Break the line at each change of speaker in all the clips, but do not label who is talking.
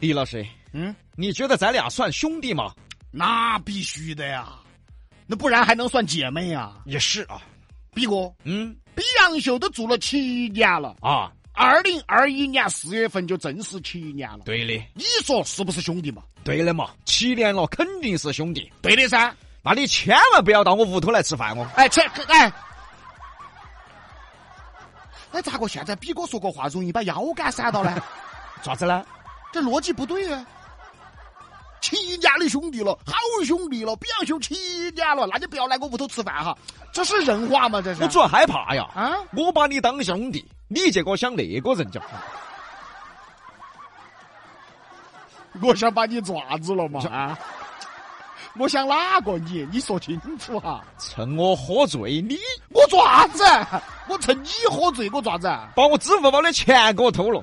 李老师，
嗯，
你觉得咱俩算兄弟吗？
那必须的呀，那不然还能算姐妹呀？
也是啊，
毕哥，
嗯
碧昂秀都做了七年了，
啊，
二零二一年四月份就正式七年了。
对的，
你说是不是兄弟嘛？
对的嘛，七年了，肯定是兄弟。
对的噻。
那你千万不要到我屋头来吃饭哦。
哎，这这哎，哎，咋个现在比哥说个话容易把腰杆闪到呢？
咋子呢？
这逻辑不对啊！七年的兄弟了，好兄弟了，比昂秀七年了，那就不要来我屋头吃饭哈。这是人话吗？这是
我主要害怕呀。
啊！
我把你当兄弟，你结果想那个人家。
我想把你爪子
哦
了嘛？啊！我想哪个你？你说清楚哈、
趁我喝醉，你
我爪子？我趁你喝醉，我爪子？
把我支付宝的钱给我偷了。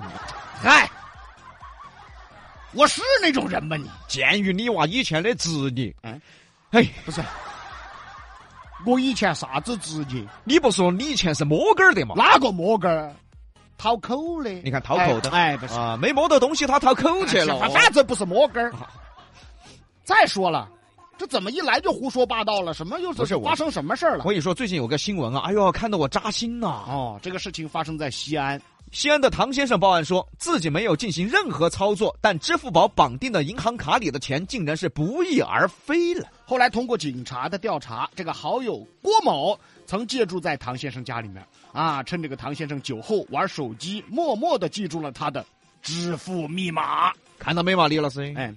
嗨，我是那种人吗你？
鉴于你娃以前的职业，
嗯
哎，
不是，我以前啥子职业？
你不说你以前是摸根儿的嘛？
哪个摸根儿？掏口的。
你看掏口的
哎，哎不是，
啊，没摸到东西，他掏口去了。哦
哎反正不是摸根儿。再说了，这怎么一来就胡说八道了？什么又
不是我
发生什么事儿
我
了？
跟你说，最近有个新闻啊，哎呦，看得我扎心呐、
哦，这个事情发生在西安。
西安的唐先生报案说，自己没有进行任何操作，但支付宝绑定的银行卡里的钱竟然是不翼而飞了。
后来通过警察的调查，这个好友郭某曾借住在唐先生家里面啊，趁这个唐先生酒后玩手机，默默的记住了他的支付密码。
看到没嘛，李老师？
哎，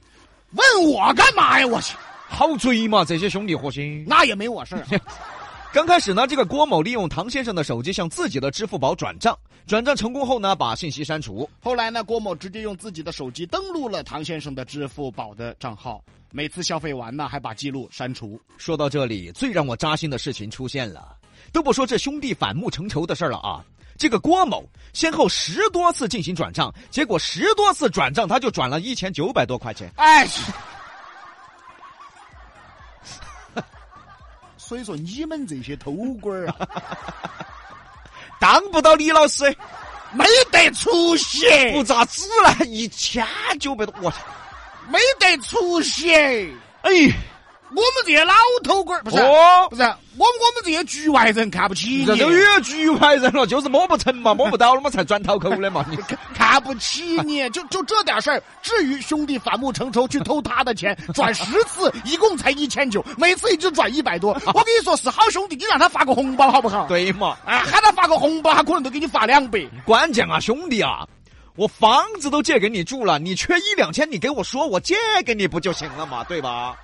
问我干嘛呀？我去，
好追嘛，这些兄弟伙心。
那也没我 事儿、啊
刚开始呢，这个郭某利用唐先生的手机向自己的支付宝转账，转账成功后呢，把信息删除。
后来呢，郭某直接用自己的手机登录了唐先生的支付宝的账号，每次消费完呢，还把记录删除。
说到这里，最让我扎心的事情出现了。都不说这兄弟反目成仇的事儿了啊，这个郭某先后十多次进行转账，结果十多次转账他就转了一千九百多块钱。
哎，所以说你们这些偷官儿啊，
当不到李老师
没得出息，
不咋子了，一千九百多，我
没得出息。
哎，
我们这些老偷官儿不是、啊
哦
不，是，我们我们这些局外人看不起
这
你
都，越局外人了，就是摸不成嘛，摸不到了嘛，才转掏口的嘛。你
看不起你，就就这点事儿，至于兄弟反目成仇去偷他的钱，转十次一共才一千九，每次也就转一百多。我跟你说是好兄弟，你让他发个红包好不好？
对嘛？
啊，喊他发个红包，他可能都给你发两百。
关键啊，兄弟啊，我房子都借给你住了，你缺一两千，你给我说，我借给你不就行了嘛，对吧？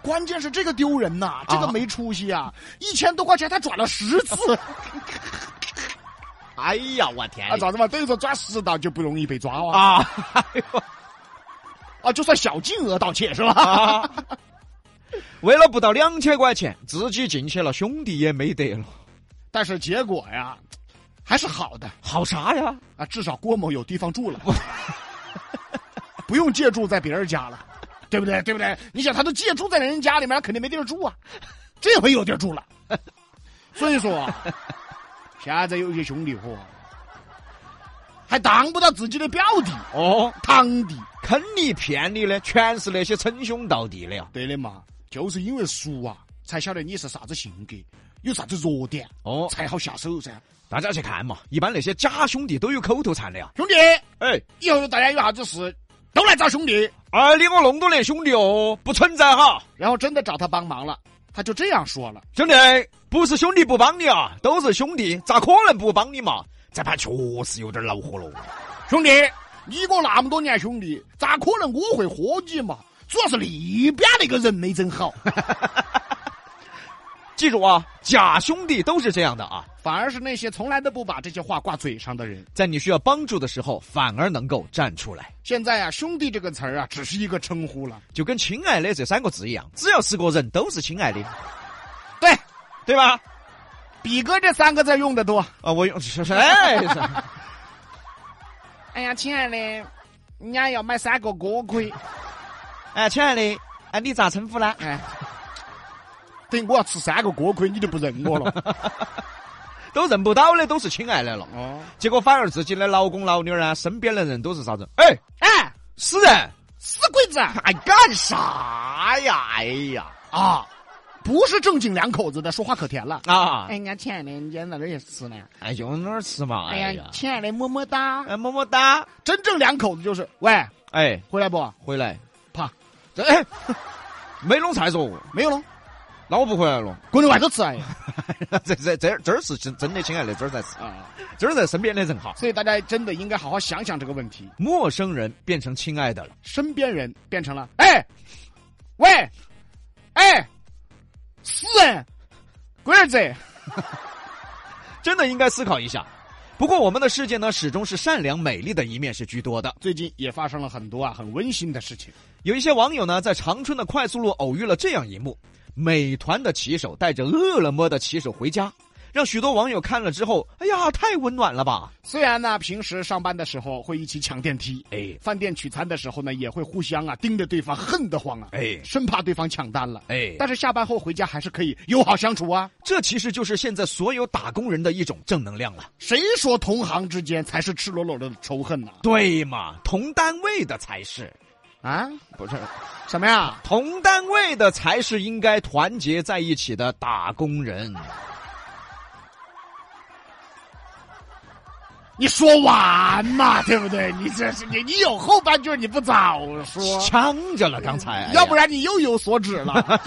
关键是这个丢人呐、这个
啊
没出息啊！一千多块钱他转了十次
哎呀，我天
啊，咋子嘛？等于说抓十道就不容易被抓啊！
啊！哎呦
啊，就算小金额盗窃是吧？
啊！ 为了不到两千块钱，自己进去了，兄弟也没得了，
但是结果呀，还是好的
好啥呀？
啊，至少郭某有地方住了，不用借住在别人家了，对不对？对不对？你想，他都借住在人家里面，肯定没地儿住啊，这回有地儿住了。所以说啊，现在有些兄弟伙还当不到自己的表弟、
哦，
堂弟，
坑你骗你的，全是那些称兄道弟的呀。
对的嘛，就是因为熟啊，才晓得你是啥子性格，有啥子弱点，
哦，
才好下手噻。
大家去看嘛，一般那些假兄弟都有口头禅的呀。
兄弟，
哎，
以后大家有啥子事，都来找兄弟。
哎，你我弄多那兄弟哦，不存在哈。
然后真的找他帮忙了，他就这样说了
兄弟，不是兄弟不帮你啊，都是兄弟，咋可能不帮你嘛？这盘确实有点恼火了。：“
兄弟，你我那么多年兄弟，咋可能我会喝你嘛？主要是那边那个人没整好，
记住啊，假兄弟都是这样的啊，
反而是那些从来都不把这些话挂嘴上的人。
在你需要帮助的时候，反而能够站出来。
现在啊，兄弟这个词儿啊，只是一个称呼了。
就跟“亲爱的”这三个字一样，只要是个人，都是亲爱的，
对，
对吧？
比哥这三个字用的多。
啊，我用是是 哎是
哎呀，亲爱的，人家要买三个锅盔。
哎，亲爱的，哎，你咋称呼呢？
哎，等于我要吃三个锅盔，你就不认我了。
都认不到的都是亲爱的了。
哦，
结果反而自己的老公老妞儿啊，身边的人都是啥子？哎，
哎，
是啊，
死鬼子
哎，干啥呀？哎呀，
啊！不是正经两口子的，说话可甜了。
啊，
哎，俺亲爱的，你今天在这也吃呢？
哎，就那儿吃嘛，
哎
哎
呀
呀，，
亲爱的，么么哒！
哎，么么哒，
真正两口子就是，喂，
哎，
回来不？
回来，
啪，
这哎， 没弄才说，
没有了，
那我不回来了。
滚到外头吃！ 哎呀，
这这这这儿是真真的亲爱的，这儿才是，
啊！
这儿在身边的人哈。
所以大家真的应该好好想想这个问题。
陌生人变成亲爱的了，
身边人变成了，哎，喂，哎，是哎，龟儿子，
真的应该思考一下。不过我们的世界呢，始终是善良美丽的一面是居多的。
最近也发生了很多啊很温馨的事情。
有一些网友呢，在长春的快速路偶遇了这样一幕：美团的骑手带着饿了么的骑手回家，让许多网友看了之后，哎呀，太温暖了吧！
虽然呢，平时上班的时候会一起抢电梯，
哎
饭店取餐的时候呢，也会互相啊盯着对方恨得慌啊，
哎
生怕对方抢单了。
哎，
但是下班后回家还是可以友好相处啊。
这其实就是现在所有打工人的一种正能量了。
谁说同行之间才是赤裸裸的仇恨啊呢、
对嘛，同单位的才是，
啊？
不是
什么呀？
同单位的才是应该团结在一起的打工人。
哦你说完嘛，对不对？你这是你你有后半句你不早说，
呛着了，刚才，哎呀
要不然你又有所指了。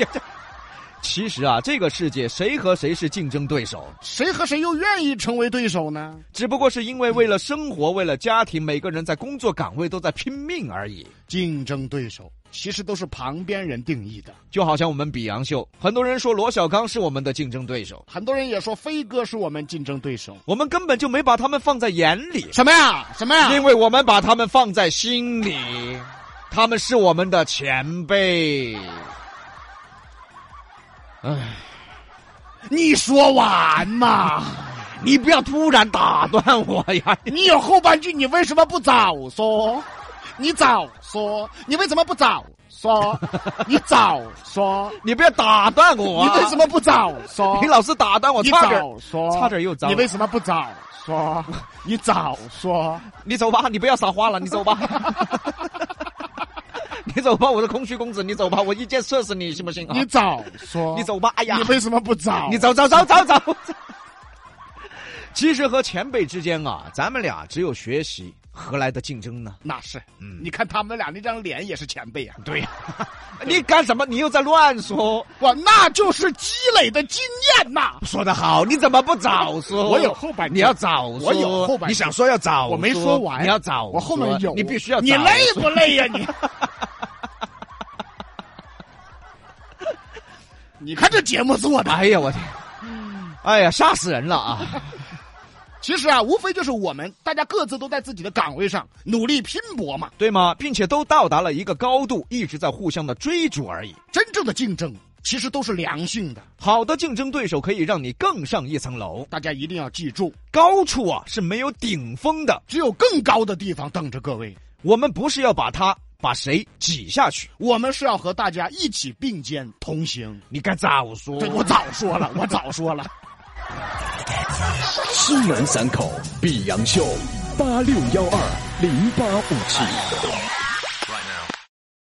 其实啊，这个世界谁和谁是竞争对手，
谁和谁又愿意成为对手呢？
只不过是因为为了生活、为了家庭，每个人在工作岗位都在拼命而已。
竞争对手其实都是旁边人定义的。
就好像我们比洋秀，很多人说罗小刚是我们的竞争对手，
很多人也说飞哥是我们竞争对手。
我们根本就没把他们放在眼里，
什么呀？什么
因
呀？
为我们把他们放在心里，他们是我们的前辈。
你说完嘛？
你不要突然打断我呀！
你有后半句，你为什么不早说？你早说，你为什么不早 说？你早说，
你不要打断我、啊
你为什？么不早说
你？老是打断我，
哦你
差点
早说，
差点又脏
你为什么不早 说？你早说，
你走吧，你不要撒花了，你走吧。 你走吧，我的空虚公子，你走吧，我一箭射死你，信不信啊？
你早说，
你，走吧，哎呀
你，为什么不早？
你走走走走走。其实和前辈之间啊，咱们俩只有学习，何来的竞争呢？
那是，
嗯
你看他们俩那张脸也是前辈呀、啊
对呀、你干什么？你又在乱说。
哇，那就是积累的经验呐、
说得好，你怎么不早说？
我有后半句
你要早说。
我有后半句
你想说要早说，
我没说完
你要早说，
我后面有，
你必须要早
你
说。
累不累呀、 你？你看这节目做的，
哎呀，我天！哎呀，吓死人了啊！
其实啊，无非就是我们大家各自都在自己的岗位上努力拼搏嘛。
对吗？并且都到达了一个高度，一直在互相的追逐而已。
真正的竞争其实都是良性的，
好的竞争对手可以让你更上一层楼，
大家一定要记住，
高处啊是没有顶峰的。
只有更高的地方等着各位。
我们不是要把他把谁挤下去，
我们是要和大家一起并肩同行。
你该早说。
对，我早说了，我早说了。
西南三口碧阳秀八六幺二零八五七。